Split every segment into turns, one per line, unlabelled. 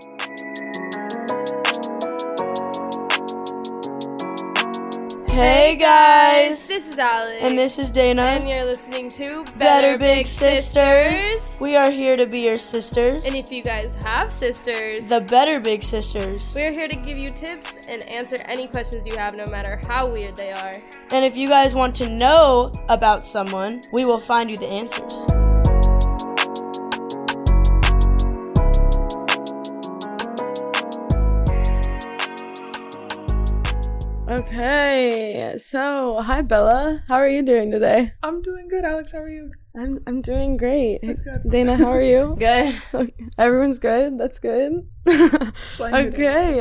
Hey guys,
This is Alex.
and this is Dana.
And you're listening to Better,
Better
Big, Sisters.
We are here to be your sisters,
And if you guys have sisters,
the Better Big Sisters.
we're here to give you tips and answer any questions you have, no matter how weird they are.
And if you guys want to know about someone, we will find you the answers.
Okay, so hi Bella, how are you doing today?
I'm doing good, Alex. How are you?
I'm I'm doing great.
That's good.
Dana, how are you?
Good.
Okay, Everyone's good. That's good.
Slightly better.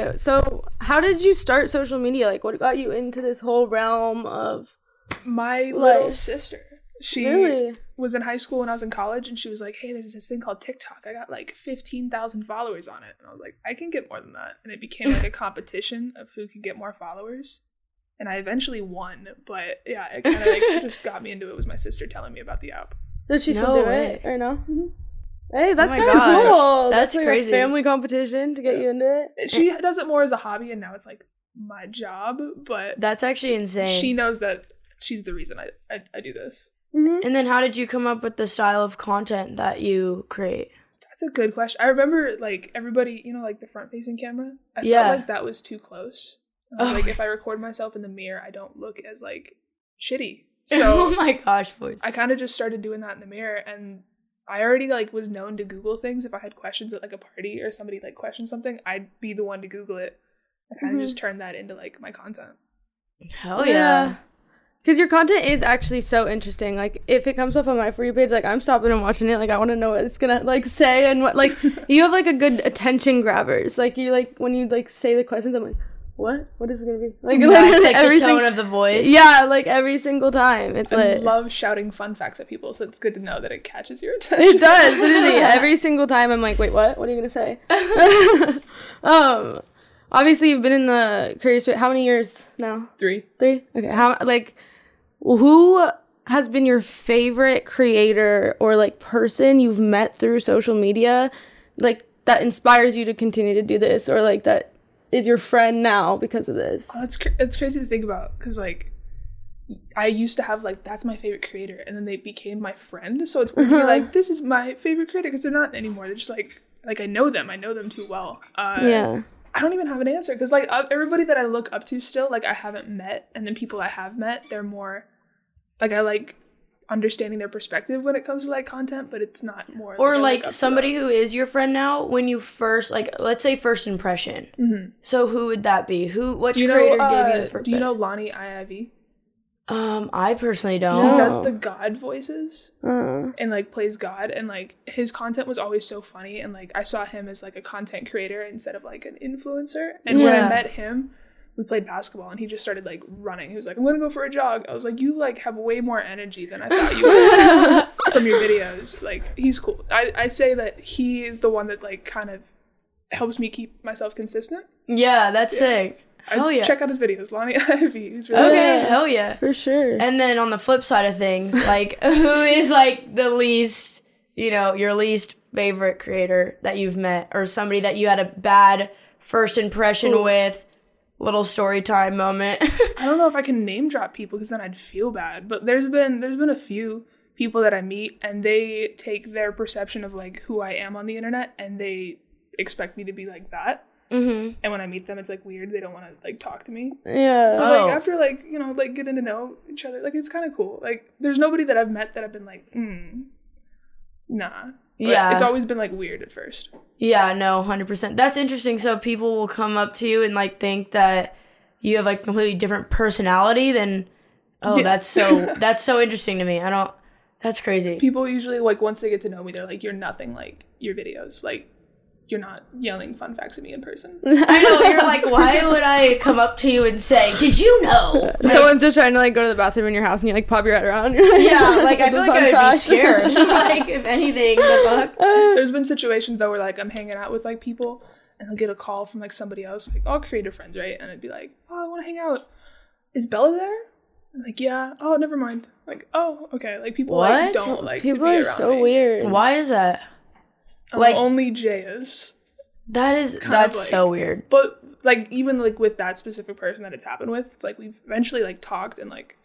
okay, so how did you start social media? Like, what got you into this whole realm of
My little
Like-
sister. She
really?
was in high school when I was in college, and she was like, "Hey, there's this thing called TikTok. I got like fifteen thousand followers on it." And I was like, "I can get more than that." And it became like a competition of who could get more followers. And I eventually won, but yeah, it kind of like just got me into it. Was my sister telling me about the app?
Does she still
No
do
way. Mm-hmm. Oh
it or no? Hey, that's
my
kind of
gosh,
cool.
that's
like
crazy.
A family competition to get you into it.
She does it more as a hobby, and now it's like my job. But
That's actually insane.
she knows that she's the reason I I, I do this.
and then, how did you come up with the style of content that you create?
That's a good question. I remember like everybody, you know, like the front facing camera. I
Yeah.
felt like that was too close. I was
Oh
like
my-
if I record myself in the mirror, I don't look as like shitty.
oh
So
my gosh, boys.
I kind of just started doing that in the mirror and I already like was known to Google things if I had questions at like a party or somebody like questioned something, I'd be the one to Google it. I kind of just turned that into like my content.
Hell Oh, yeah.
Because your content is actually so interesting. Like, if it comes up on my For You page, like, I'm stopping and watching it. Like, I want to know what it's going to, like, say and what, like, you have, like, a good attention grabbers. Like, you, like, when you, like, say the questions, I'm like, what? What is it going to be? Like,
Yeah, it's like
every
the tone
sing-
of the voice.
Yeah, like, every single time. It's
I
lit.
love shouting fun facts at people, so it's good to know that it catches your attention.
it does, literally. every single time, I'm like, wait, what? What are you going to say? um, obviously, you've been in the career space, how many years now?
Three.
Three. Okay. How like who has been your favorite creator or like person you've met through social media, like that inspires you to continue to do this, or like that is your friend now because of this?
That's cr- Oh, it's crazy to think about because like I used to have like that's my favorite creator, and then they became my friend. So it's
Uh-huh.
weird to be like this is my favorite creator because they're not anymore. They're just like like I know them. I know them too well. Uh,
Yeah.
I don't even have an answer because like uh, everybody that I look up to still like I haven't met, and then people I have met they're more like I like understanding their perspective when it comes to like content, but it's not more
or
I look up
like
to
somebody who is your friend now when you first like let's say first impression
Mhm.
so who would that be who which
Do you know?
creator gave you
uh,
the first
do you know Lonnie IIV?
um i personally
He
don't
No.
does the God voices.
Uh,
and like plays God and like his content was always so funny and like I saw him as like a content creator instead of like an influencer. And when
Yeah.
I met him, we played basketball and he just started like running. He was like, I'm gonna go for a jog. I was like, You like have way more energy than I thought you would from your videos. Like he's cool. I, I say that he is the one that like kind of helps me keep myself consistent.
yeah that's sick
I
Hell yeah. Oh,
check out his videos, Lonnie Ivy. He's really
okay
Yeah.
hell yeah
for sure.
and then on the flip side of things like who is like the least you know your least favorite creator that you've met or somebody that you had a bad first impression with little story time moment
I don't know if I can name drop people because then I'd feel bad. But there's been there's been a few people that I meet and they take their perception of like who I am on the internet and they expect me to be like that.
mm-hmm.
And when I meet them, it's like weird. They don't want to like talk to me.
yeah.
But,
Oh.
Like after like you know like getting to know each other, like it's kind of cool. Like there's nobody that I've met that I've been like, mm, nah. But
yeah
It's always been like weird at first.
Yeah, no, 100%. That's interesting. So people will come up to you and like think that you have like completely different personality than Oh,
Yeah.
that's so that's so interesting to me. I don't That's crazy.
People usually like once they get to know me, they're like, you're nothing like your videos. Like you're not yelling fun facts at me in person.
I know you're like why would I come up to you and say, "Did you know?"
Someone's just trying to like go to the bathroom in your house and you like pop your head around.
Yeah, like I feel like I would be
Fun fact.
scared. like if anything, the fuck.
There's been situations though where like I'm hanging out with like people and I'll get a call from like somebody else, like all creative friends, right? And I'd be like, Oh, I wanna hang out. Is Bella there? I'm like, yeah. Oh, never mind. Like, oh, okay. Like people
What?
like don't like to
People
be
are
around
so
me.
weird.
Why is that?
Um,
Like-
only Jay is.
That is
Kinda
that's
like-
so weird.
but like even like with that specific person that it's happened with it's like we've eventually like talked and like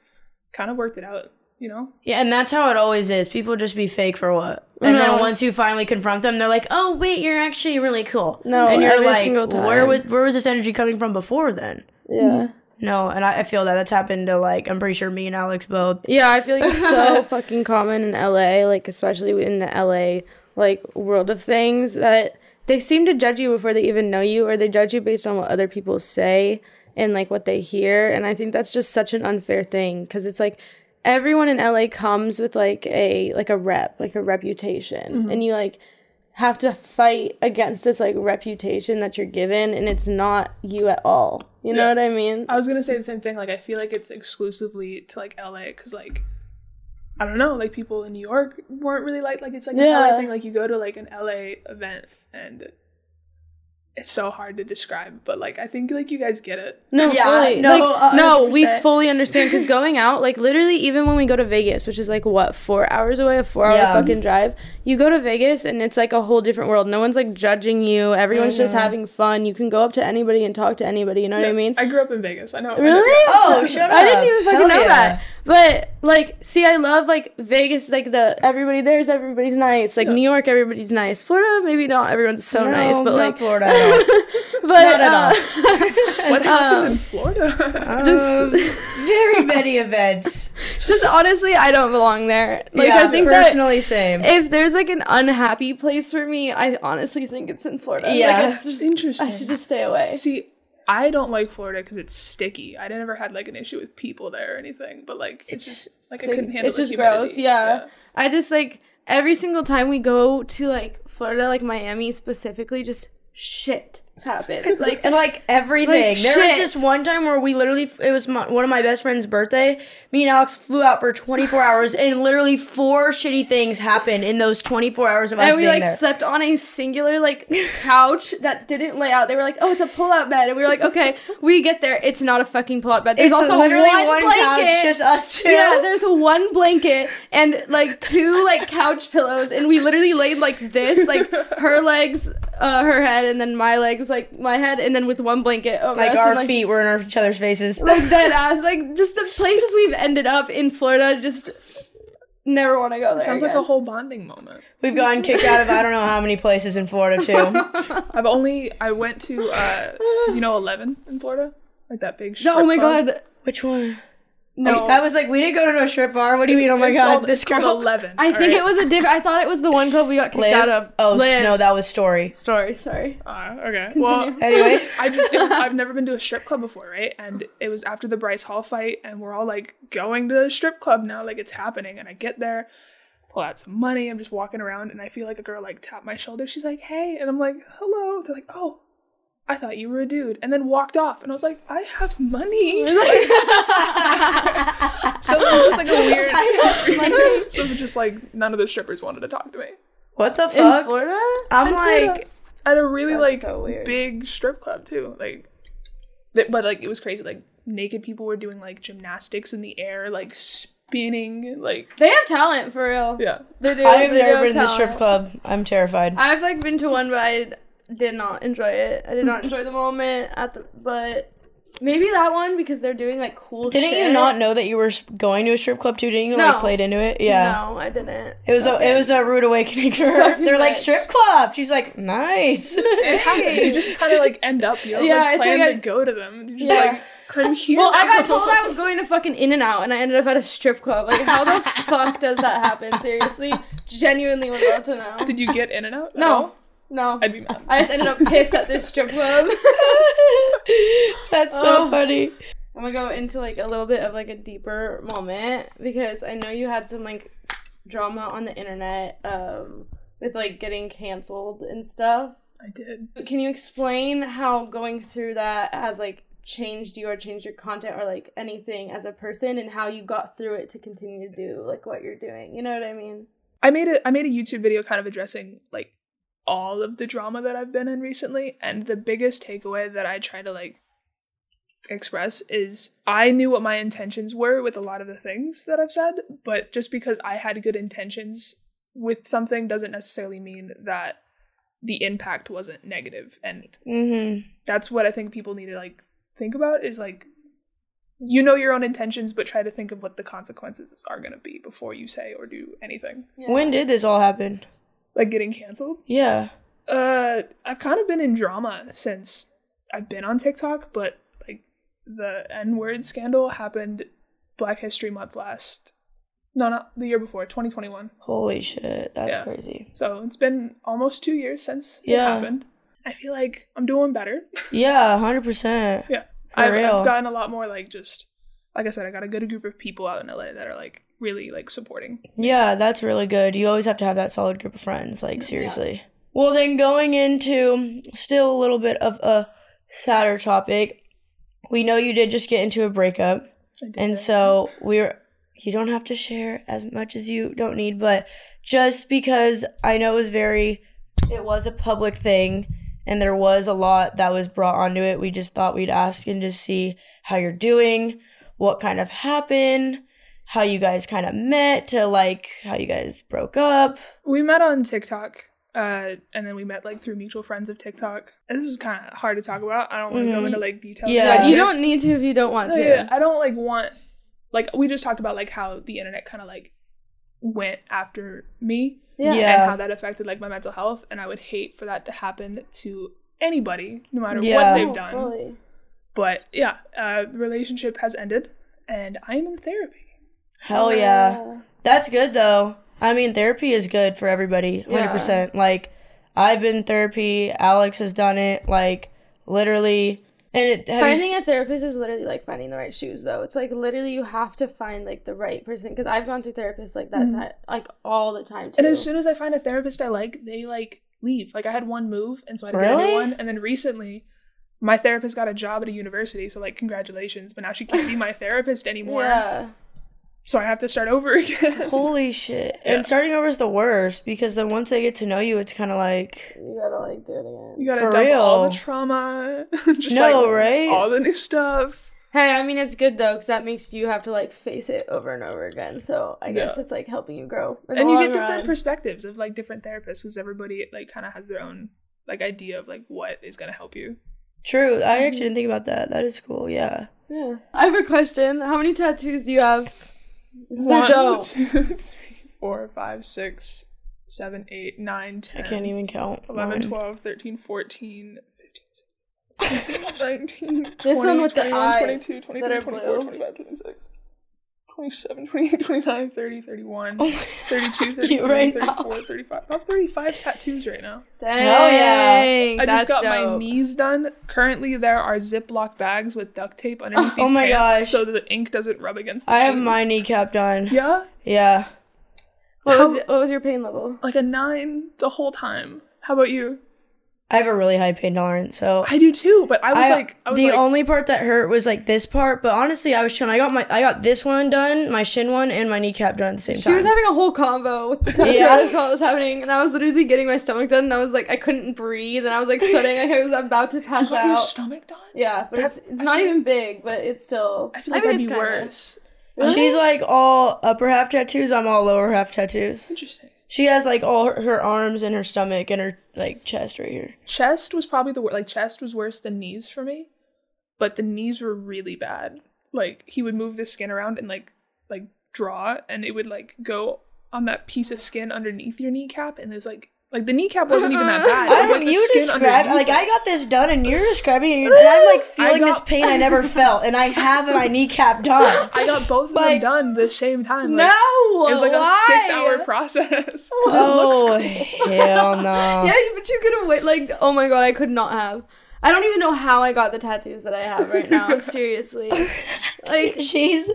kind of worked it out you know
Yeah, and that's how it always is. People just be fake for what, and
No.
then once you finally confront them, they're like, "Oh, wait, you're actually really cool."
No,
and you're
every
like,
single time.
"Where was where was this energy coming from before then?"
Yeah.
No, and I, I feel that that's happened to like I'm pretty sure me and Alex both.
Yeah, I feel like it's so fucking common in LA, like especially in the LA like world of things that they seem to judge you before they even know you or they judge you based on what other people say and like what they hear and I think that's just such an unfair thing cuz it's like everyone in LA comes with like a like a rep, like a reputation and you like have to fight against this like reputation that you're given and it's not you at all. You know
Yeah.
what I mean?
i was gonna say the same thing like i feel like it's exclusively to like la because like i don't know like people in new york weren't really like like it's like an
Yeah.
la thing like you go to like an la event and it's so hard to describe but like i think like you guys get it
No,
Yeah,
fully.
no,
Like, no, we
100%.
fully understand because going out, like literally, even when we go to Vegas, which is like what four hours away, a four-hour
Yeah.
fucking drive. You go to Vegas and it's like a whole different world. No one's like judging you. Everyone's just
Mm-hmm.
having fun. You can go up to anybody and talk to anybody. You know what I mean?
i grew up in vegas i know I know-
Really?
Oh, shut
I didn't
up.
even fucking
Hell
know
yeah.
that. But like, see, I love like Vegas. Like the everybody there's everybody's nice. Like New York, everybody's nice. Florida, maybe not everyone's so nice, but
not
like,
Florida, no.
but
not at all.
uh,
what happened
Um,
in florida
just.
Very many events.
just honestly, I don't belong there. Like
yeah,
I think that
personally same.
if there's like an unhappy place for me, I honestly think it's in Florida.
Yeah.
like, it's just
Interesting.
I should just stay away.
See, I don't like Florida because it's sticky. I never had like an issue with people there or anything, but like it's,
It's
just like I couldn't handle.
it's
the
just
humidity.
gross. Yeah. I just like every single time we go to like Florida, like Miami specifically, just shit happens. like
and like everything.
Like,
there
shit.
was this one time where we literally, it was my, one of my best friend's birthday. Me and Alex flew out for 24 hours, and literally four shitty things happened in those 24 hours of us
and we
being
like
there.
slept on a singular like couch that didn't lay out. They were like, "Oh, it's a pull-out bed," and we were like, "Okay, we get there. It's not a fucking pull-out bed. There's
it's
also
literally
one,
one,
blanket.
couch, just us two.
Yeah, there's one blanket and like two like couch pillows, and we literally laid like this, like her legs, uh, her head, and then my legs, like my head, and then with one blanket over
like
us,
our
and, like,
feet were in our- each other's faces.
like dead ass, like just the places we've ended up in Florida, just never want to go there.
Sounds like
again.
a whole bonding moment.
We've gotten kicked out of I don't know how many places in Florida too.
I've only I went to uh you know Eleven in Florida, like that big. Strip
Oh my
club.
god,
Which one?
no.
That was like we didn't go to no strip bar. What do you mean? Oh my
It's
god,
called-
this
it's called
girl.
Eleven.
I think it was a different. I thought it was the one club we got kicked
Liv?
out of.
Oh s-
Liv.
no, that was story.
story. Sorry.
Uh, okay. Well,
Anyways,
I just it was, I've never been to a strip club before, right? And it was after the Bryce Hall fight, and we're all like going to the strip club now, like it's happening. And I get there, pull out some money, I'm just walking around, and I feel like a girl like tap my shoulder. She's like, "Hey," and I'm like, "Hello." They're like, "Oh." I thought you were a dude, and then walked off, and I was like, "I have money." so it was just like a weird experience. So it was just like none of the strippers wanted to talk to me
what the
In
fuck?
Florida?
I'm
In Florida?
like,
at a really like
so weird.
big strip club too. Like, th- but like it was crazy. Like naked people were doing like gymnastics in the air, like spinning. Like
They have talent for real.
yeah,
They do.
I've
they do
never been
have
to the strip club.
talent.
I'm terrified.
I've like been to one, but I did not enjoy it. I did not enjoy the moment at the. But maybe that one because they're doing like cool.
Didn't
shit.
you not know that you were s- going to a strip club too? Didn't you
No.
like played into it? Yeah.
No, I didn't.
It was a it was a rude awakening for her.
Fucking
They're like
bitch.
strip club. She's like, nice.
it happens. You just kind of like end up. You don't
Yeah,
like
it's
plan
like
to
I-
go to them. You're just
Yeah.
like I'm here.
Well, I got
now.
told I was going to fucking In and Out, and I ended up at a strip club. Like, how the fuck does that happen? Seriously, genuinely would love to know.
Did you get in and out? at
No,
all?
no.
I'd be mad.
I just ended up pissed at this strip club.
That's so
Oh.
funny.
I'm gonna go into like a little bit of like a deeper moment because I know you had some like drama on the internet um, with like getting canceled and stuff.
I did.
Can you explain how going through that has like changed you or changed your content or like anything as a person and how you got through it to continue to do like what you're doing? You know what I mean?
I made a I made a YouTube video kind of addressing like all of the drama that I've been in recently and the biggest takeaway that I try to like express is I knew what my intentions were with a lot of the things that I've said, but just because I had good intentions with something doesn't necessarily mean that the impact wasn't negative and
Mm-hmm.
that's what I think people need to like think about is like you know your own intentions but try to think of what the consequences are going to be before you say or do anything.
When did this all happen?
Like getting canceled?
Yeah.
Uh I've kind of been in drama since I've been on TikTok, but like the N-word scandal happened Black History Month last no, not the year before, 2021.
Holy shit. That's
Yeah.
crazy.
So, it's been almost 2 years since
Yeah.
it happened. I feel like I'm doing better.
Yeah, 100%.
Yeah.
For
I've,
real.
I've gotten a lot more like just like I said, I got a good group of people out in LA that are like really like supporting.
Yeah, that's really good. You always have to have that solid group of friends, like seriously. Well, then going into still a little bit of a sadder topic, we know you did just get into a breakup,
I did
and
that.
so we're you don't have to share as much as you don't need, but just because I know it was very it was a public thing and there was a lot that was brought onto it, we just thought we'd ask and just see how you're doing, what kind of happened, how you guys kind of met to like how you guys broke up.
we met on TikTok. Uh, and then we met like through mutual friends of TikTok. This is kind of hard to talk about. I don't want to go
Mhm.
into like details.
Yeah.
you don't need to if you don't want
Oh,
to.
yeah. I don't like want like we just talked about like how the internet kind of like went after me
Yeah.
Yeah.
and how that affected like my mental health. And I would hate for that to happen to anybody, no matter
Yeah.
what
Oh,
they've done. But yeah, uh, the relationship has ended, and I am in therapy.
Hell yeah. That's good though. I mean, therapy is good for everybody, hundred
Yeah.
percent. Like, I've been in therapy. Alex has done it. Like, literally, and it. Have you
Finding a therapist is literally like finding the right shoes, though. It's like literally you have to find like the right person because I've gone through therapists like that, ti- like all the time too.
Mm-hmm. And as soon as I find a therapist I like, they like leave. Like I had one move, and so I had to get a
Really?
new one. And then recently, my therapist got a job at a university, so like congratulations. But now she can't be my therapist anymore,
yeah,
so I have to start over again.
Holy shit!
Yeah.
And starting over is the worst because then once they get to know you, it's kind of like
you gotta like do it again.
you gotta
For
dump all
real.
the trauma, just
No,
like
right?
all the new stuff.
Hey, I mean it's good though because that makes you have to like face it over and over again. So I guess
Yeah.
it's like helping you grow. in the
and you get
long
different
run.
perspectives of like different therapists because everybody like kind of has their own like idea of like what is gonna help you.
true. I actually didn't think about that. That is cool. Yeah.
Yeah. I have a question. How many tattoos do you have? This is
One,
dope.
two, three, four, five, six, seven, eight, nine,
I
10,
can't even count.
11,
mine.
12, 13, 14, 15, 16, 19,
This
20,
one with the
21,
eyes
22, 23,
are
24,
blue.
25, 26, 27, 28, 29, 30, 31,
Oh my
32,
God, you
33,
right now.
34, 35. I have 35 tattoos right now.
Dang.
yeah.
I
that's
just got my
dope.
knees done. Currently, there are Ziploc bags with duct tape underneath
Oh
these
my
pants
gosh.
so that the ink doesn't rub against the
I have
jeans.
my kneecap done. Yeah.
Yeah?
What
How-
was, what was your pain level?
like a nine the whole time. How about you?
I have a really high pain tolerance, so
I do too, but I was
I-
like, I was
the
like,
only part that hurt was like this part, but honestly, I was chilling. I got my I got this one done, my shin one, and my kneecap done at the same
She
time.
was having a whole combo with the tattoos
Yeah.
while it was happening, and I was literally getting my stomach done, and I was like, I couldn't breathe, and I was like sweating, like I was about to pass
got your
out.
stomach done?
yeah, but it's it's not even big, but it's still.
I feel like
mean,
that'd
it's
be
kinda-
worse.
She's like all upper half tattoos. I'm all lower half tattoos.
Interesting.
She has like all her, her arms and her stomach and her like chest right here.
Chest was probably the worst. Like chest was worse than knees for me, but the knees were really bad. Like he would move the skin around and like like draw, and it would like go on that piece of skin underneath your kneecap, and there's like like the kneecap wasn't even that bad. It
I
was, like,
don't.
the
You
skin
describe
underneath.
like I got this done, and you're describing it. And I'm like feeling
got-
this pain I never felt, and I have my kneecap done.
I got both of
like-
them done the same time. Like,
No,
it was like
why?
a six-hour process.
Oh hell no!
Yeah, but you could have wait. Like, oh my god, I could not have. I don't even know how I got the tattoos that I have right now. seriously, like
she's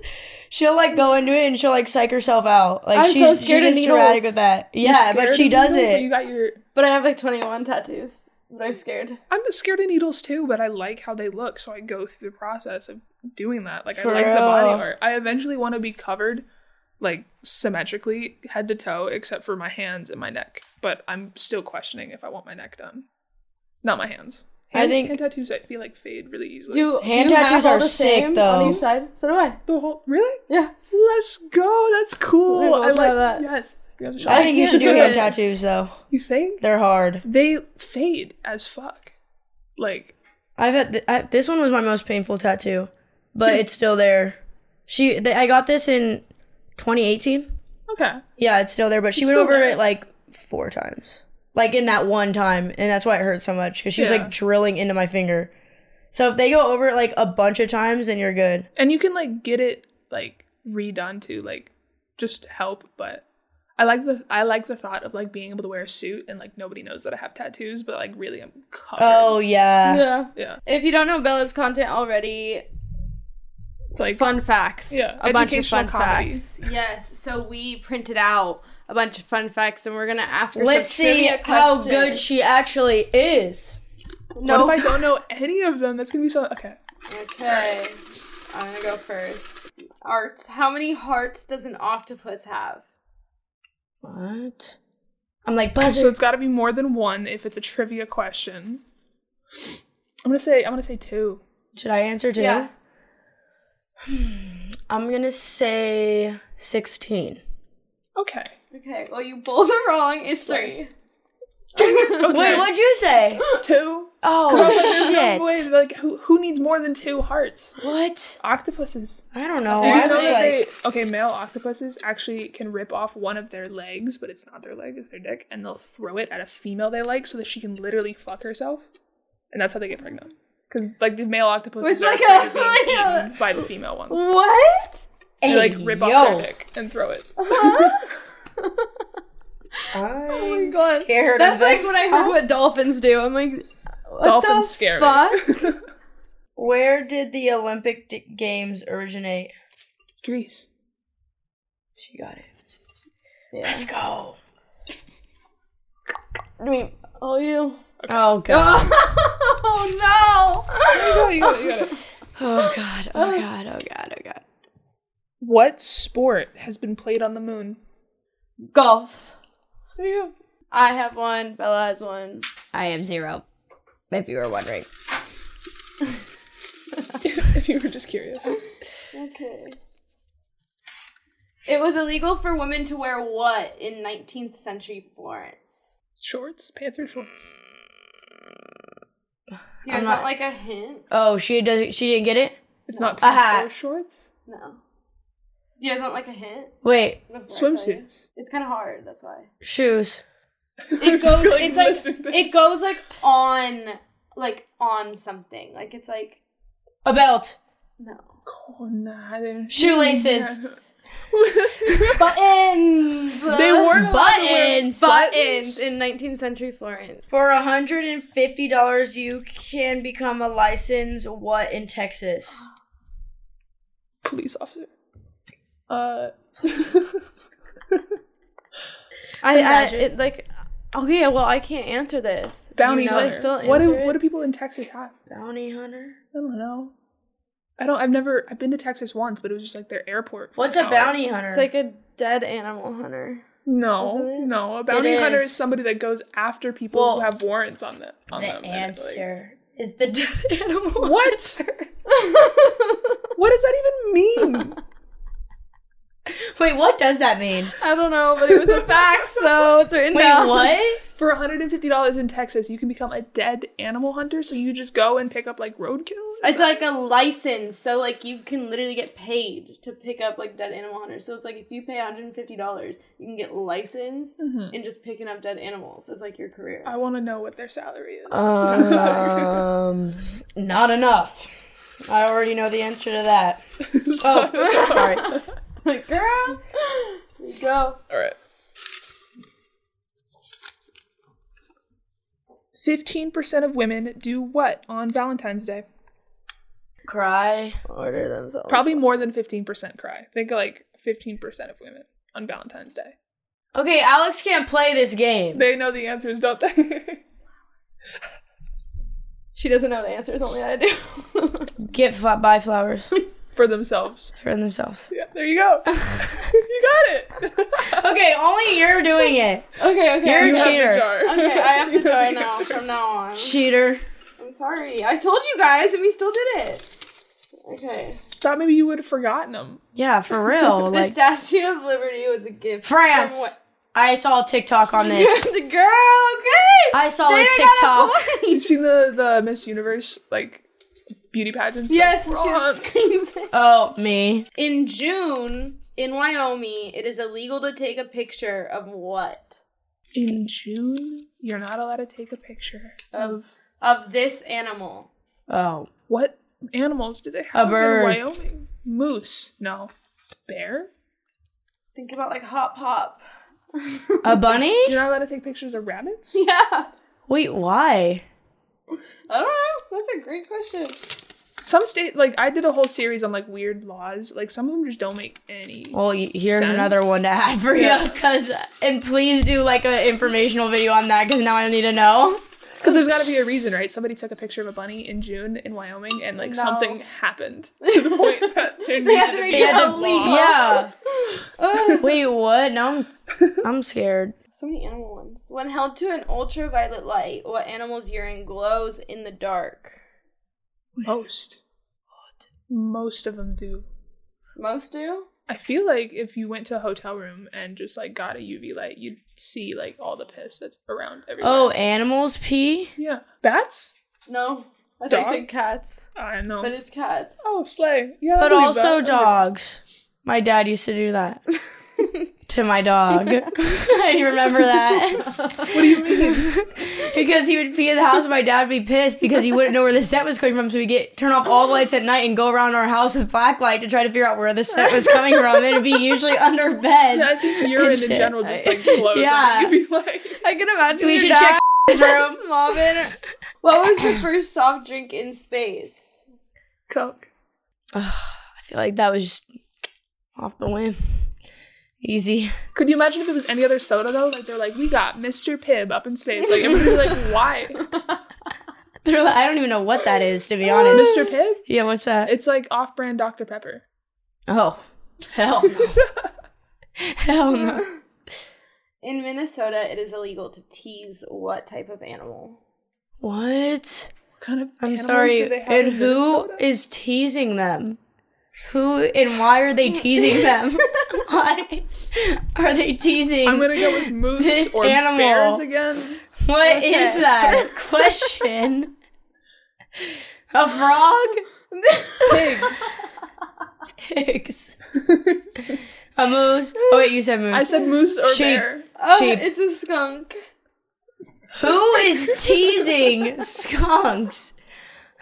she'll like go into it and she'll like psych herself out. Like
I'm so
she's
scared of
she's sporadic
needles.
with that. Yeah,
Scared
but
of
she does
needles, but
it.
You got your.
But I have like 21 tattoos. But I'm scared.
I'm scared of needles too, but I like how they look, so I go through the process of doing that. Like
For
I like the body
real.
art. I eventually want to be covered, like symmetrically, head to toe, except for my hands and my neck. But I'm still questioning if I want my neck done, not my hands.
I
Hand-
think-
hand tattoos I feel like fade really easily.
Do
Hand
do you
tattoos
have all
are
the
sick,
same
though.
On each side. So do I.
the whole really?
Yeah.
Let's go. That's cool.
We're
I
both
like
have that.
yes. Give it a shot.
I think you should do
do
hand
it.
tattoos though.
You think
They're hard.
they fade as fuck? Like
I've had th- I, this one was my most painful tattoo, but it's still there. She they, I got this in 2018.
okay,
Yeah, it's still there, but she went
still
over
there.
it like four times, like in that one time, and that's why it hurt so much because she was
Yeah.
like drilling into my finger. So if they go over it like a bunch of times, then you're good.
and you can like get it like redone to like just help. But I like the I like the thought of like being able to wear a suit and like nobody knows that I have tattoos, but like really I'm covered.
Oh yeah,
Yeah.
yeah,
If you don't know Bella's content already,
it's like
fun facts.
Yeah,
a bunch of
educational
fun
comedy.
facts. Yes, so we printed out a bunch of fun facts, and we're gonna ask her.
let's
some
see
trivia
how
questions.
good she actually is.
No.
What if I don't know any of them? That's gonna be so okay.
okay, I'm gonna go first. Arts. How many hearts does an octopus have?
What? I'm like buzzer.
So it's got to be more than one if it's a trivia question. I'm gonna say I'm gonna say two.
Should I answer too? I'm gonna say 16.
Okay.
Okay. Well, you both are wrong. It's three.
Wait, what'd you say?
Two.
Oh
No way.
shit!
Like who who needs more than two hearts?
What?
Octopuses.
I don't know.
Do you
I
know
was
that
like,
they okay? Male octopuses actually can rip off one of their legs, but it's not their leg; it's their dick, and they'll throw it at a female they like so that she can literally fuck herself, and that's how they get pregnant. Because like the male octopuses
With,
are
like, a-
afraid of being
like a-
eaten by the female ones.
What?
They like rip off their dick and throw it.
oh
my God.
Scared
That's
of it.
like what I heard what dolphins do. I'm like, what
Dolphins
the
scare
fuck?
me.
Where did the Olympic d- games originate?
Greece.
She got it.
Yeah.
Let's go.
Oh, you.
Oh god.
Ah.
Oh no!
Oh, you got it, you got it.
Oh god. Oh god. Oh god. Oh god.
What sport has been played on the moon?
Golf.
There you go.
I have one. Bella has one.
I am zero. If you were wondering.
if you were just curious.
Okay. It was illegal for women to wear what in 19th century Florence?
Shorts? Pants or shorts?
Do you guys
I'm
want
not-
like a hint?
Oh, she does. She didn't get it.
It's not
A
pants
hat.
or shorts?
No. You guys want like a hint?
Wait.
Before I tell you?
Swimsuits.
It's kind of hard. That's why.
Shoes.
It goes.
like,
it's
listen to
like it goes like on like on something. Like it's like
A belt.
no
Oh, nah, they-
Shoelaces.
buttons.
They
Mm-hmm.
weren't allowed to wear
Buttons.
buttons in 19th century Florence.
For hundred and fifty dollars, you can become a license. What in Texas?
Police officer. Uh.
I, I
Imagine.
it, like okay. Well, I can't answer this.
Bounty
Should I
hunter.
still
what, do,
answer it?
what do people in Texas have?
Bounty hunter.
I don't know. I don't. I've never. I've been to Texas once, but it was just like their airport. for
What's
an
a
hour.
bounty hunter?
It's like a dead animal hunter.
No,
Isn't it?
no. A bounty
It
hunter
is.
is. somebody that goes after people
Well,
who have warrants on them. On
the
them and, like,
answer is the dead animal.
What? what does that even mean?
Wait, what does that mean?
I don't know, but it was a fact, so it's written
Wait,
down.
what?
For $150 in Texas, you can become a dead animal hunter, so you just go and pick up like roadkill?
It's like a license, so like you can literally get paid to pick up like dead animal hunters. So it's like if you pay $150, you can get licensed in just picking up dead animals. It's like your career.
I want to know what their salary is.
Um, not enough. I already know the answer to that. Oh, sorry.
Like, girl, here you go.
All right. 15% of women do what on Valentine's Day?
Cry.
Order themselves.
Probably more than 15% cry. Think like 15% of women on Valentine's Day.
Okay, Alex can't play this game.
They know the answers, don't they?
She doesn't know the answers, only I do.
Get fla- buy flowers
For themselves.
for themselves.
Yeah, there you go. you got it.
Okay, only you're doing it.
okay, okay.
You're
You
a
have the
cheater.
jar.
Okay, I have to
You
die
have the
now
jar.
from now on.
Cheater.
I'm sorry. I told you guys and we still did it. Okay.
Thought maybe you would have forgotten them.
Yeah, for real.
The
Like
Statue of Liberty was a gift.
France.
From what?
I saw a TikTok on this.
the girl, okay.
I saw a TikTok.
You seen the the Miss Universe like beauty pageant?
Yes,
stuff? Wrong.
she screams it.
Oh, me.
In June, in Wyoming, it is illegal to take a picture of what?
In June, you're not allowed to take a picture of
Of this animal.
Oh,
what animals do they have
bird.
in Wyoming? Moose? No. Bear?
Think about like Hop Hop.
a bunny?
You're not allowed to take pictures of rabbits?
Yeah.
Wait, why?
I don't know. That's a great question.
Some state like I did a whole series on like weird laws. Like some of them just don't make any.
Well, y- here's
Sense.
another one to add for you,
Yeah.
cause and please do like an informational video on that, cause now I need to know.
Because there's got to be a reason, right? Somebody took a picture of a bunny in June in Wyoming, and like
No.
something happened to the point that there needed
had to make
to be
They had
a
to,
law.
yeah. Wait, what? Now I'm, I'm scared.
So many animal ones. When held to an ultraviolet light, what animal's urine glows in the dark?
Most. Most of them do.
Most do?
I feel like if you went to a hotel room and just like got a UV light, you'd see like all the piss that's around everywhere.
Oh, animals pee.
yeah, bats.
No. I think
Dog?
it's cats.
I know.
But it's cats.
oh, slay. Yeah, I
But
believe that.
also
I believe-
dogs. My dad used to do that to my dog. I remember that.
What do you mean?
because he would pee in the house and my dad would be pissed because he wouldn't know where the scent was coming from. So we get turn off all the lights at night and go around our house with blacklight to try to figure out where the scent was coming from. And it'd be usually under beds.
Yeah, I think urine in
shit.
general just like glows
Yeah.
yeah. UV light.
I can imagine
we
your
should
dad
check his room.
Smobbin. What was the first soft drink in space?
Coke.
I feel like that was just off the whim. Easy.
Could you imagine if it was any other soda though? Like they're like, we got Mr. Pibb up in space. Like everybody's like, why,
They're like- I don't even know what that is to be honest.
Mr. Pibb?
Yeah, what's that?
It's like off-brand Dr. Pepper.
Oh, hell no. hell no.
In Minnesota, it is illegal to tease what type of animal?
What?
What kind of?
I'm
animals
sorry.
do they have
And
in
who
Minnesota?
is teasing them? Who and why are they teasing them? why are they teasing?
I'm gonna go with moose
This
or
animal.
bears again.
What is that question? A frog?
Pigs.
Pigs. A moose? Oh wait, you said moose.
I said moose or
Sheep.
bear.
Sheep.
Oh, it's a skunk.
Who is teasing skunks?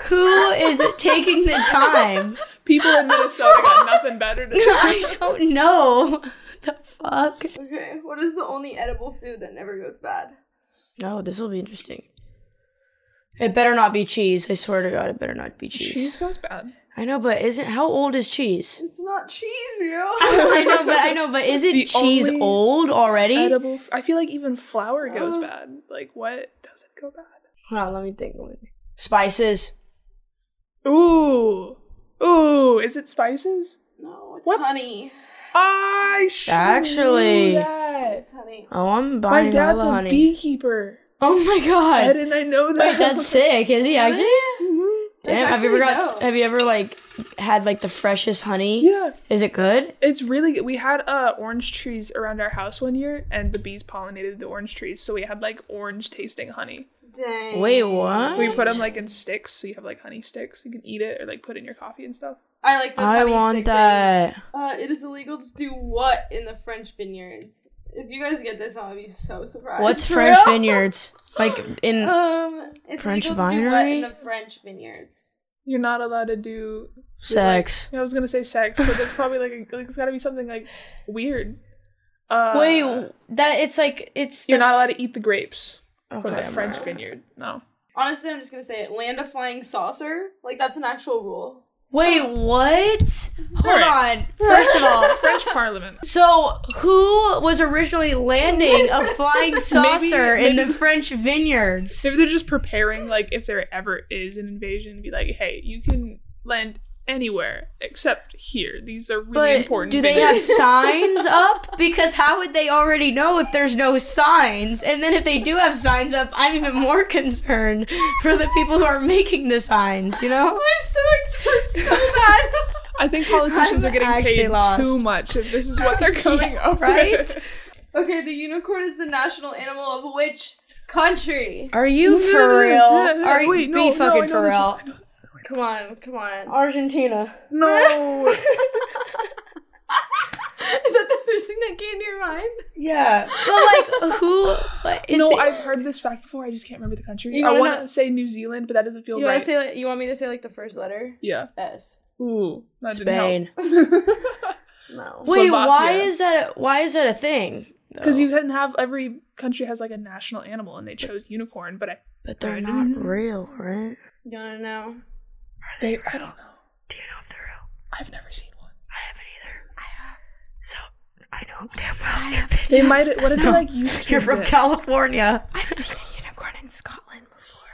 Who is taking the time?
People in Minnesota got nothing better to do.
I don't know. The fuck?
Okay, what is the only edible food that never goes bad?
Oh, this will be interesting. It better not be cheese. I swear to God, it better not be cheese.
Cheese goes bad.
I know, but isn't how old is cheese?
It's not cheese, girl.
I know, but I know, but isn't
The
cheese
only
old already?
Edible. f- I feel like even flour goes
Uh.
bad. Like what doesn't go bad?
Hold on, let me think. Let me think. Spices.
Ooh, ooh. Is it spices?
no, it's
What?
honey.
I should
Actually-
That.
It's honey.
Oh, I'm buying
My dad's
hella
a
honey.
beekeeper.
Oh my
Why
god,
didn't I know
Wait,
that?
that's sick. Is he actually?
Mhm.
Damn, have you ever
actually
got?
dope.
Have you ever like had like the freshest honey?
Yeah,
Is it good?
it's really good. We had uh, orange trees around our house one year, and the bees pollinated the orange trees, so we had like orange tasting honey.
Dang.
Wait, what?
We put them like in sticks, so you have like honey sticks. You can eat it or like put in your coffee and stuff.
I like the
I
honey
want
stick
that.
things. Uh, it is illegal to do what in the French vineyards? If you guys get this, I'll be so surprised.
What's
For
French
real?
vineyards? Like in
Um, it's
French
illegal to do what
vinery?
in the French vineyards?
You're not allowed to do.
sex.
I was gonna say sex, but that's probably like, a, like it's got to be something like weird. Uh,
Wait, that it's like it's
you're
the
not
f-
allowed to eat the grapes from
Okay,
the French
alright.
vineyard. No,
Honestly, I'm just gonna say it. Land a flying saucer. Like that's an actual rule.
Wait, what? Hold
Alright.
on. First of all,
French Parliament.
so who was originally landing a flying saucer in the French vineyards?
Maybe they're just preparing, like, if there ever is an invasion, be like, hey, you can land anywhere except here. These are really
But
important.
do they have
vineyards."
signs up? Because how would they already know if there's no signs? And then if they do have signs up, I'm even more concerned for the people who are making the signs, you know?
I'm so excited, so bad.
I think politicians
I'm
are getting
actually
paid
lost.
too much if this is what they're coming up
right?
with.
Okay, the unicorn is the national animal of which country?
Are you for real? Are you
Wait, no,
be
no, I
fucking
know
for
this
real?
Come on, come on.
Argentina.
No.
Is that the first thing that came to your mind?
Yeah. But like who like, is
no,
it-
I've heard this fact before. I just can't remember the country.
You
I
wanna
want
know-
to say New Zealand, but that doesn't feel
You
right.
want to say? Like, you want me to say like the first letter?
yeah.
S.
Ooh. That
Spain.
No.
Wait, why
Slovakia.
is that a, why is that a thing?
Because
though?
you can have every country has like a national animal, and they chose unicorn. But I,
But they're
I
not
don't know.
real, right?
You want to know?
they, I don't know.
Do you know if they're real?
I've never seen one.
I haven't either. I have. So I know damn well. you're bitches.
They might. What if they
No.
like used to?
You're from
exist?
California.
I've seen a unicorn in Scotland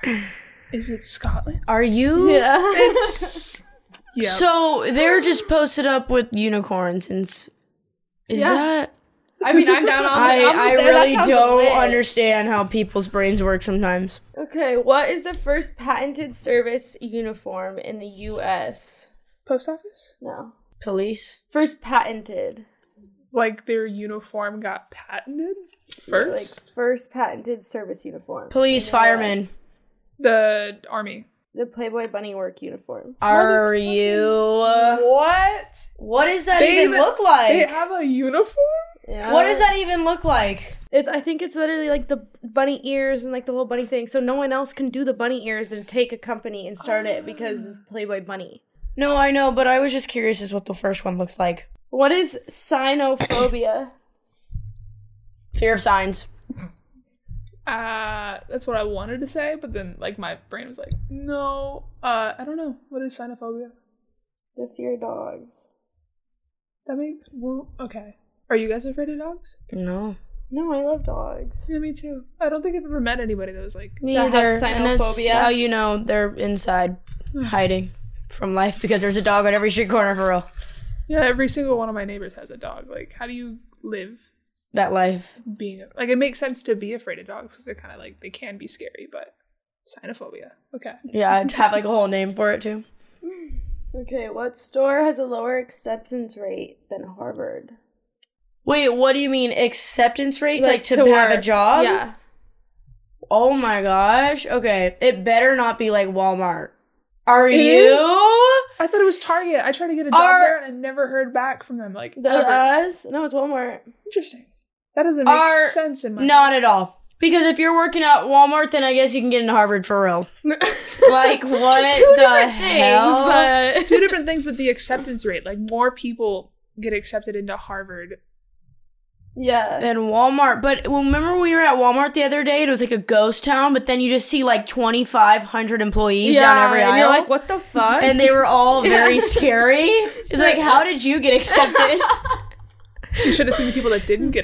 before.
Is it Scotland?
Are you?
Yeah.
It's. yeah.
So they're just posted up with unicorns, and s- is
Yeah.
that?
I mean, I'm down on.
I
I'm
I
there, that
really
sounds
don't
lit.
understand how people's brains work sometimes.
Okay, what is the first patented service uniform in the U.S.?
Post office.
No.
Police.
First patented.
Like their uniform got patented first.
Like first patented service uniform.
Police, firemen.
the army.
The Playboy bunny work uniform.
Are you?
What?
What does that
They
even
even-
look
They
like?
have a uniform.
Yeah.
What does that even look like?
It, I think it's literally like the bunny ears and like the whole bunny thing. So no one else can do the bunny ears and take a company and start it because it's Playboy Bunny.
No, I know, but I was just curious as what the first one looked like.
What is cynophobia?
Fear of signs.
Uh, that's what I wanted to say, but then like my brain was like, no. Uh, I don't know. What is cynophobia?
the fear of dogs.
That makes well. Okay. Are you guys afraid of dogs?
No.
No, I love dogs.
Yeah, me too. I don't think I've ever met anybody that was like,
Me
That
either.
has
And that's
cynophobia.
how you know they're inside, hiding from life because there's a dog on every street corner for real.
yeah, every single one of my neighbors has a dog. Like, how do you live
That life.
being like? It makes sense to be afraid of dogs because they're kind of like they can be scary, but cynophobia. Okay.
Yeah, I'd have like a whole name for it too.
Okay, what store has a lower acceptance rate than Harvard?
Wait, what do you mean acceptance rate? Like, to, have a
work.
job?
Yeah.
Oh my gosh. Okay, it better not be like Walmart. Are you?
I thought it was Target. I tried to get a job
Are- uh,
there and I never heard back from them. Like,
The
ever.
us? No, it's Walmart.
interesting. That doesn't make
Are-
sense in my
Not at all. Because if you're working at Walmart, then I guess you can get into Harvard for real. like what the hell?
Things,
two different things with the acceptance rate. Like, more people get accepted into Harvard.
yeah.
And Walmart, but well, remember we were at Walmart the other day. It was like a ghost town, but then you just see like twenty five hundred employees down every
and
aisle,
you're like, what the fuck?
and they were all very scary. It's like, how did you get accepted?
You should have seen the people that didn't get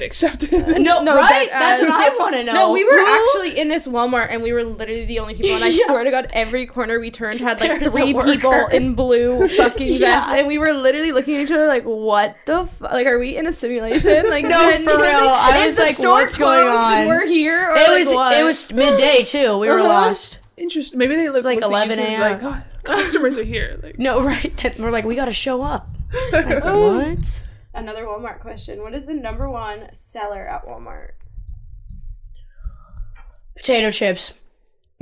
accepted.
no,
No,
right?
dead
That's
ass.
what I want to know.
No, we were
Who-
actually in this Walmart and we were literally the only people. And I
Yeah.
swear to God, every corner we turned had like
There's a
three
worker.
people in blue fucking
Yeah.
vests. And we were literally looking at each other like, what the fu- Like, are we in a simulation? Like,
No,
did-
for real. I
is
was
the
like,
store
what's going
closed and
on?
We're here. Or
It
like,
was
what?
it was midday too. We were
Uh-huh.
lost.
Interesting. Maybe they look
like
looked at
11
you and
a.m..
were Like, oh, customers are here. Like,
No, right? Then we're like, we got to show up. Like what?
Another Walmart question. What is the number one seller at Walmart?
Potato chips,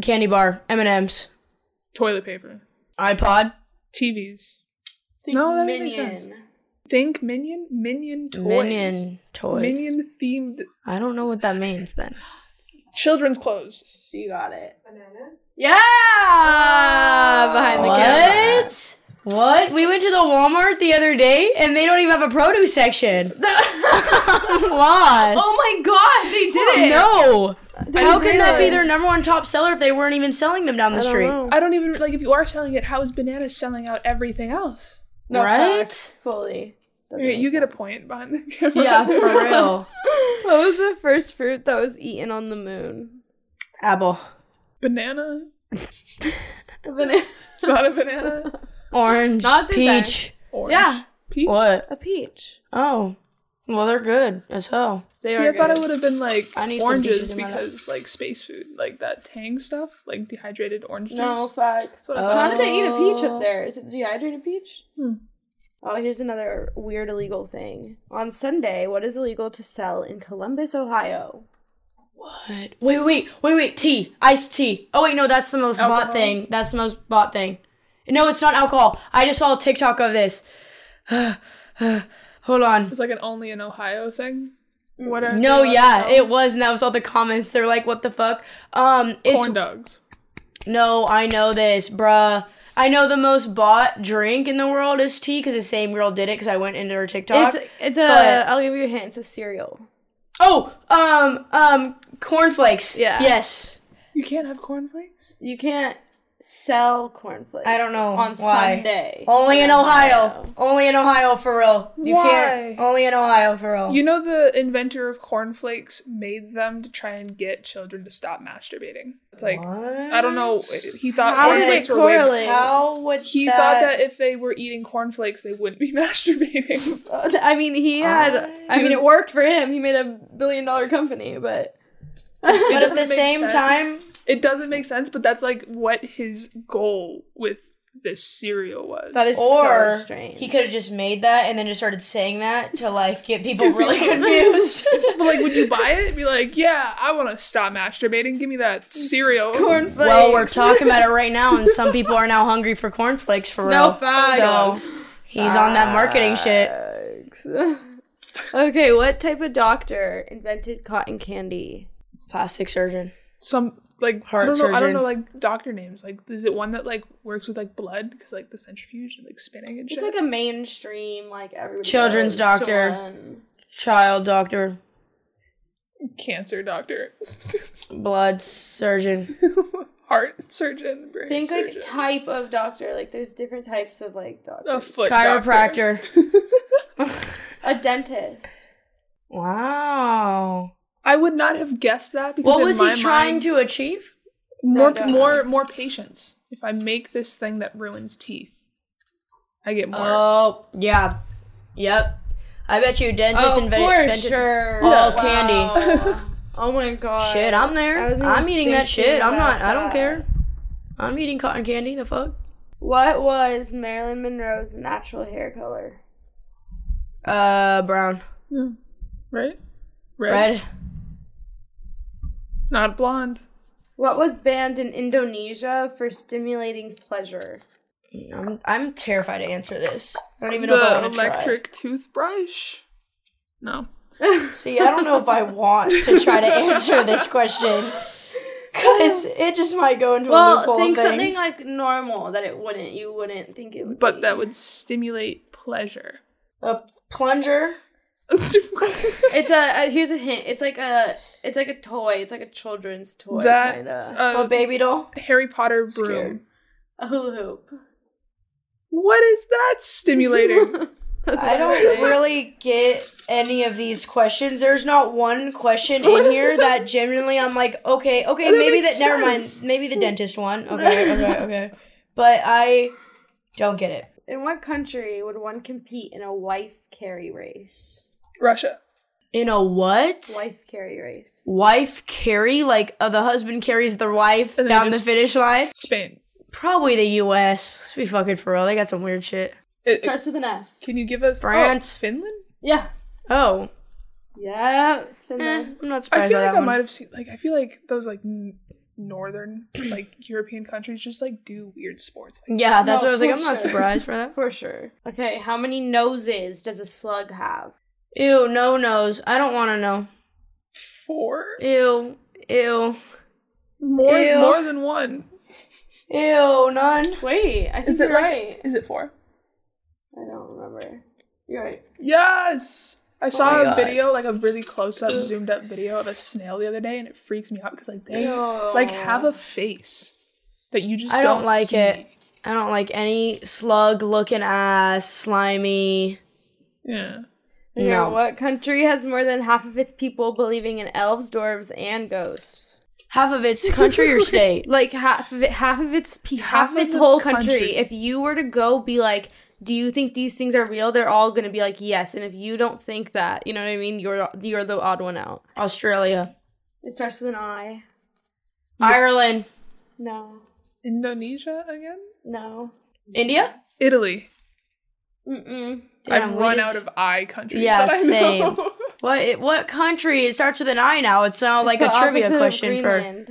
candy bar, M and M's,
toilet paper,
iPod.
TVs.
Oh,
No, that doesn't make sense. Think Minion, Minion toys,
Minion toys.
Minion themed
I don't know what that means then.
children's clothes.
She got it. Bananas? Yeah! Ah, Behind the camera.
What? What? We went to the Walmart the other day and they don't even have a produce section. I'm lost.
Oh my god, they did it!
No. How can that be
realize.
their number one top seller if they weren't even selling them down the street?
I don't even like if you are selling it. How is bananas selling out everything else?
No,
Right?
facts, fully. Doesn't
You,
make
you get a point behind the camera.
Yeah, for real.
sense. What was the first fruit that was eaten on the moon?
Apple,
banana.
A banana.
It's not a banana.
orange,
Not this
peach.
Orange.
Yeah.
Peach.
What?
A peach.
Oh. Well, they're good as hell.
They
See,
are
I thought it
good.
would have been like
I need some peaches
oranges
in my life.
because like space food, like that Tang stuff, like dehydrated orange juice. uh-huh.
No, facts.
That's what I
Oh.
thought.
How did they eat a peach up there? Is it dehydrated peach? Oh, here's another weird illegal thing. On Sunday, what is illegal to sell in Columbus, Ohio?
What? Wait, wait, wait, wait, wait. Tea, iced tea. Oh wait, no, that's the most bought
Alcohol?
thing. That's the most bought thing. No, it's not alcohol. I just saw a TikTok of this. Hold on.
It's like an only in Ohio thing. uh, What are
No,
they
yeah,
allowed to sell?
it was, and that was all the comments. They're like, "What the fuck?" Um, it's
corn dogs.
no, I know this, bruh. I know the most bought drink in the world is tea because the same girl did it because I went into her TikTok.
It's it's a.
But-
will give you a hint. It's a cereal.
oh, um, um, cornflakes.
Yeah.
Yes.
You can't have cornflakes?
You can't sell cornflakes.
I don't know
on
why.
Sunday.
Only in Ohio. Only in Ohio for real. You can't.
Why?
Only in Ohio for real.
You know the inventor of cornflakes made them to try and get children to stop masturbating. It's like I don't know. He thought
How does
cornflakes
it
were way
correlate?
How would
He thought that if they were eating cornflakes, they wouldn't be masturbating.
I mean, he had. I, mean, it worked for him. He made a billion dollar company, but
But at the
doesn't make
same
sense.
time,
it doesn't make sense, but that's like what his goal with this cereal was.
that is
or
so strange.
he could have just made that and then just started saying that to like get people really confused.
But like, would you buy it? Be like, yeah, I want to stop masturbating. Give me that cereal.
cornflakes.
well, we're talking about it right now, and some people are now hungry for cornflakes for real.
No, facts.
So he's on that marketing shit.
okay, what type of doctor invented cotton candy?
Plastic surgeon.
Some like
Heart
I don't know. I
surgeon.
don't know like doctor names. Like, is it one that like works with like blood because like the centrifuge and like spinning and
It's
shit?
like a mainstream, like everybody.
Children's
goes to
doctor.
one.
Child doctor.
Cancer doctor,
Blood surgeon.
heart surgeon, brain
Think
surgeon,
like type of doctor. Like there's different types of like doctor.
Oh.
a foot doctor.
Chiropractor.
A dentist.
Wow.
I would not have guessed that because
What
in
was he
my
trying
mind-
to achieve?
more
No, don't.
more more patience. If I make this thing that ruins teeth, I get more.
Oh, yeah. Yep. I bet you dentist
oh,
invented
for
invented-
sure.
all candy.
oh my god.
Shit, I'm
I
there.
wasn't
I'm
even
eating that
thinking
shit. I'm not
about
I don't
that.
care. I'm eating cotton candy, the fuck?
What was Marilyn Monroe's natural hair color?
Uh brown.
Right?
Red.
Not blonde.
What was banned in Indonesia for stimulating pleasure?
I'm I'm terrified to answer this. I don't even know if I
The
want to try.
electric toothbrush. No.
See, I don't know if I want to try to answer this question. Cause it just might go into a
Well,
loophole
think
of things.
something like normal that it wouldn't. You wouldn't think it would.
But
be.
that would stimulate pleasure.
a plunger.
It's a, a here's a hint. It's like a it's like a toy. It's like a children's toy
That-
kinda.
A
Uh,
baby doll?
Harry Potter broom.
Scared.
a hula hoop.
What is that stimulating?
I don't really get any of these questions. There's not one question in here that genuinely I'm like, okay, okay, maybe that.
makes
Never mind.
sense.
Maybe the dentist one. Okay, okay, okay. But I don't get it.
In what country would one compete in a wife carry race?
Russia.
In a what?
Wife carry race.
Wife carry like uh, the husband carries the wife
And then
down the
just-
finish line.
Spain.
Probably the U.S. Let's be fucking for real. They got some weird shit.
It- it-
Starts with an F.
can you give us oh,
France.
Finland?
Yeah.
Oh,
Yeah.
eh,
Finland.
I'm not surprised
I feel
by
like
that
I
one.
might have seen like I feel like those like n- northern like European countries just like do weird sports. Like,
Yeah, that's what
No,
I was like.
for
I'm not
sure.
surprised for that.
For sure. Okay, how many noses does a slug have?
Ew, no nose. I don't want to know.
four
Ew, ew.
more
Ew.
more than one.
Ew, none.
Wait, I think
Is it
you're
like-
right.
Is it four?
I don't remember. You're right.
Yes. I saw
Oh my
a
God.
video, like a really close up, zoomed up video of a snail the other day, and it freaks me out because like they like have a face that you just
I don't like
see.
it. I don't like any slug looking ass, slimy.
Yeah.
Okay,
No.
What country has more than half of its people believing in elves, dwarves, and ghosts?
Half of it's country or state.
Like half of it, half of its pe- half,
Half
of
of
its
the
whole country.
country.
If you were to go, be like, do you think these things are real? They're all gonna be like, yes. And if you don't think that, you know what I mean. You're you're the odd one out.
Australia,
It starts with an I.
Ireland,
No,
Indonesia again?
no,
India.
Italy.
Mm-mm.
Damn,
I've
we
run
just-
out of I countries.
Yeah,
that I
same.
Know.
What it, what country? It starts with an I now. It's now like a trivia question for.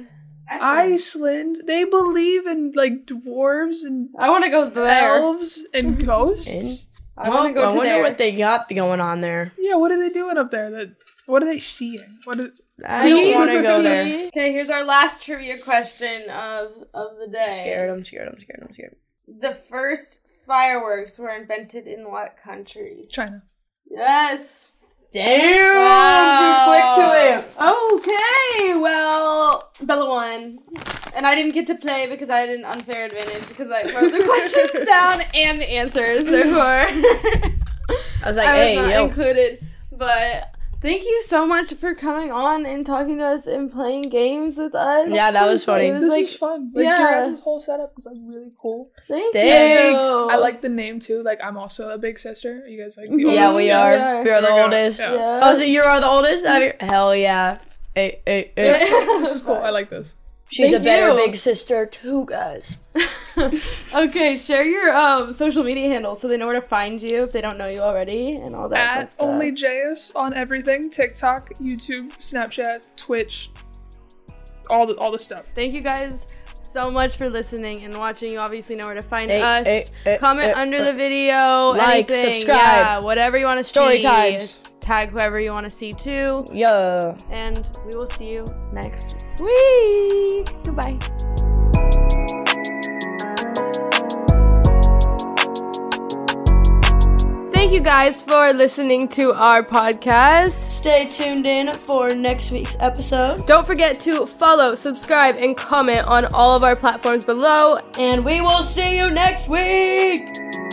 Iceland. They believe in like dwarves and
I want to go there.
elves and ghosts.
In-
I
Well,
want to go
I
to
wonder
there.
what they got going on there.
Yeah, what are they doing up there? That what are they seeing? What is,
I don't want to go there. I'm
Okay, here's our last trivia question of of the day.
scared. I'm scared. I'm scared. I'm scared.
The first fireworks were invented in what country?
China?
Yes.
Damn! She Oh, clicked to it.
Okay. Well, Bella won, and I didn't get to play because I had an unfair advantage because I wrote the questions down and the answers. Therefore.
I was like,
I was
hey,
not
yo.
included. But thank you so much for coming on and talking to us and playing games with us.
Yeah, that was funny.
It was
This
like,
was fun. Like
yeah.
your guys' whole setup was like really cool.
thank
Thanks.
you.
I like the name too. Like I'm also a big sister. You guys like the
Yeah,
Yeah,
oldest?
we
Yeah,
are.
we are.
We are the
Oh my God,
oldest.
yeah.
Yeah.
Oh, so you are the oldest? Out of your- Hell yeah. Hey, hey, hey.
This is cool. I like this.
She's
Thank
a better
you.
big sister too, guys.
okay, share your um, social media handle so they know where to find you if they don't know you already and all that.
At
good stuff.
only JS on everything: TikTok, YouTube, Snapchat, Twitch, all the all the stuff.
Thank you guys so much for listening and watching. You obviously know where to find
Hey,
us.
hey, hey,
Comment
hey,
under
hey.
the video.
Like,
anything.
subscribe.
Yeah, whatever you want to see.
Story times.
Tag whoever you want to see too.
Yeah.
and we will see you next week. Goodbye. Thank you guys for listening to our podcast.
Stay tuned in for next week's episode,
Don't forget to follow, subscribe, and comment on all of our platforms below.
and we will see you next week.